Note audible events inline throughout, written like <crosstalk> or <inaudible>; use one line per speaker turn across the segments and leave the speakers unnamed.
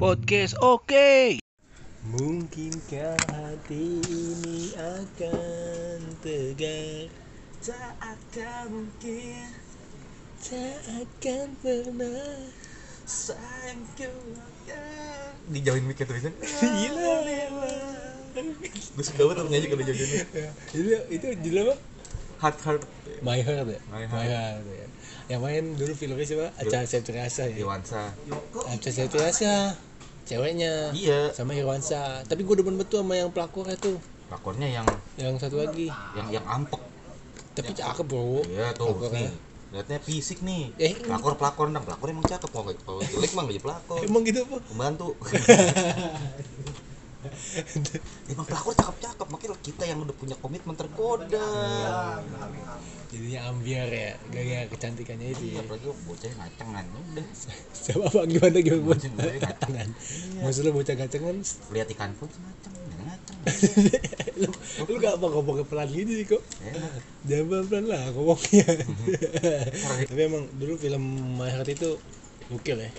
Podcast oke.
Mungkinkah hati ini akan tegar Tak akan mungkin Tak akan pernah Sayangku akan
dijauhin mikir terus kan
<laughs> Gila
gue suka banget nyanyi kalau jauhin
Itu, itu judul apa?
hard hard
My Heart ya?
My Heart.
ya. Yang main dulu filmnya siapa? Aca Septriasa ya?
Dewansa
Aca Septriasa Ceweknya
iya
Sama Irwansa Tapi gue demen betul sama yang pelakornya tuh
lakornya yang
Yang satu lagi
yang yang ampek
Tapi cakep ya. bro
iya tuh
Lakornya.
nih lihatnya fisik nih
Eh.
pelakor pelakor nang pelakor emang cakep kalau nggak- kalau jelek mah nggak jadi pelakor
Emang gitu apa?
pembantu <laughs> emang pelakor cakep cakep makanya kita yang udah punya komitmen tergoda
<laughs> jadinya ambiar ya gara-gara kecantikannya itu ya
iya apalagi bocah ngacengan kan? Ya udah
sama apa gimana gimana bocah
Bocah- bocah
gacengan maksud lu bocah gacengan
lihat ikan pun ngaceng ngaceng
lu, lu gak apa ngomongnya pelan gini sih kok
enak
jangan pelan lah ngomongnya tapi emang dulu film My Heart itu gokil ya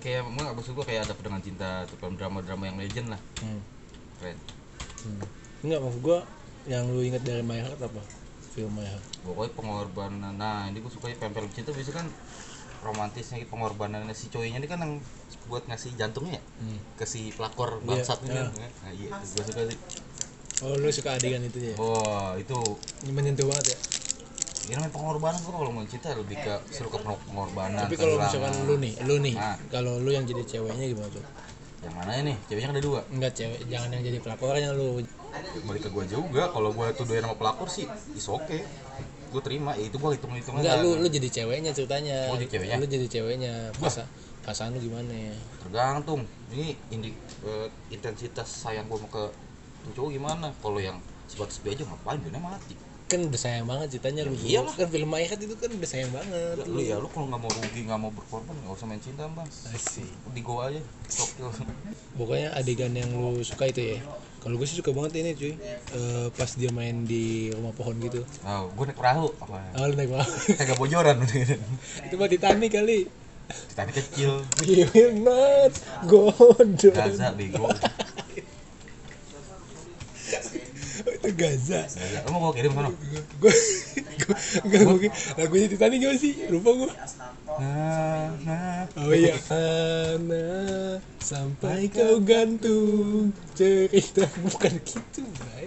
kayak emang maksud gua kayak ada pedangan cinta tuh film drama drama yang legend lah
hmm.
keren
Hmm. enggak maksud gua yang lu inget dari My Heart apa film My Heart
pokoknya pengorbanan nah ini gua suka film film cinta biasanya kan romantisnya pengorbanannya si cowoknya ini kan yang buat ngasih jantungnya ya
Hmm.
ke si pelakor bangsat ini
iya.
kan nah, iya itu gua suka sih
oh lu suka adegan itu ya
wah itu
Ini menyentuh banget ya
ini namanya pengorbanan tuh kalau mau cinta lebih ke seru ke pengorbanan
tapi kalau
kehilangan.
misalkan lu nih lu nih
Ah.
kalau lu yang jadi ceweknya gimana tuh
yang mana ini ceweknya kan ada dua
enggak cewek jangan yang jadi pelakornya
Oh,
lu
balik ke gua juga kalau gua tuh doyan sama pelakor sih is oke gua terima ya itu gua hitung hitungan
Enggak, lu lu jadi ceweknya ceritanya.
Oh, jadi ceweknya?
Lu jadi ceweknya. Pasa perasaan lu gimana ya?
tergantung ini indi, eh, intensitas sayang gua mau ke tuh cowok gimana kalau yang sebatas dia aja ngapain dia mati
Kan udah sayang banget ceritanya lu.
Ya iyalah.
Kan film Maikat itu kan udah sayang banget.
Ya, lu ya lu kalau nggak mau rugi nggak mau berkorban nggak usah main cinta bang
Asik.
di goa aja Sok, tuh.
Pokoknya adegan yang lu suka itu ya. Kalau gue sih suka banget ini cuy. Eh, pas dia main di rumah pohon gitu.
nah, gua naik perahu apa
Ah, lu naik banget.
kagak bojoran
<laughs>
<laughs>
itu mah Titanic kali.
kita ini kecil
You will not go down.
Gaza bego
Oh, itu Gaza.
Gaza lu mau gua kirim sono
Gue enggak mungkin. Lagunya Titanic gimana sih? Lupa gue.
nah nah
Oh iya. Mana sampai kau gantung cerita bukan gitu, Bray.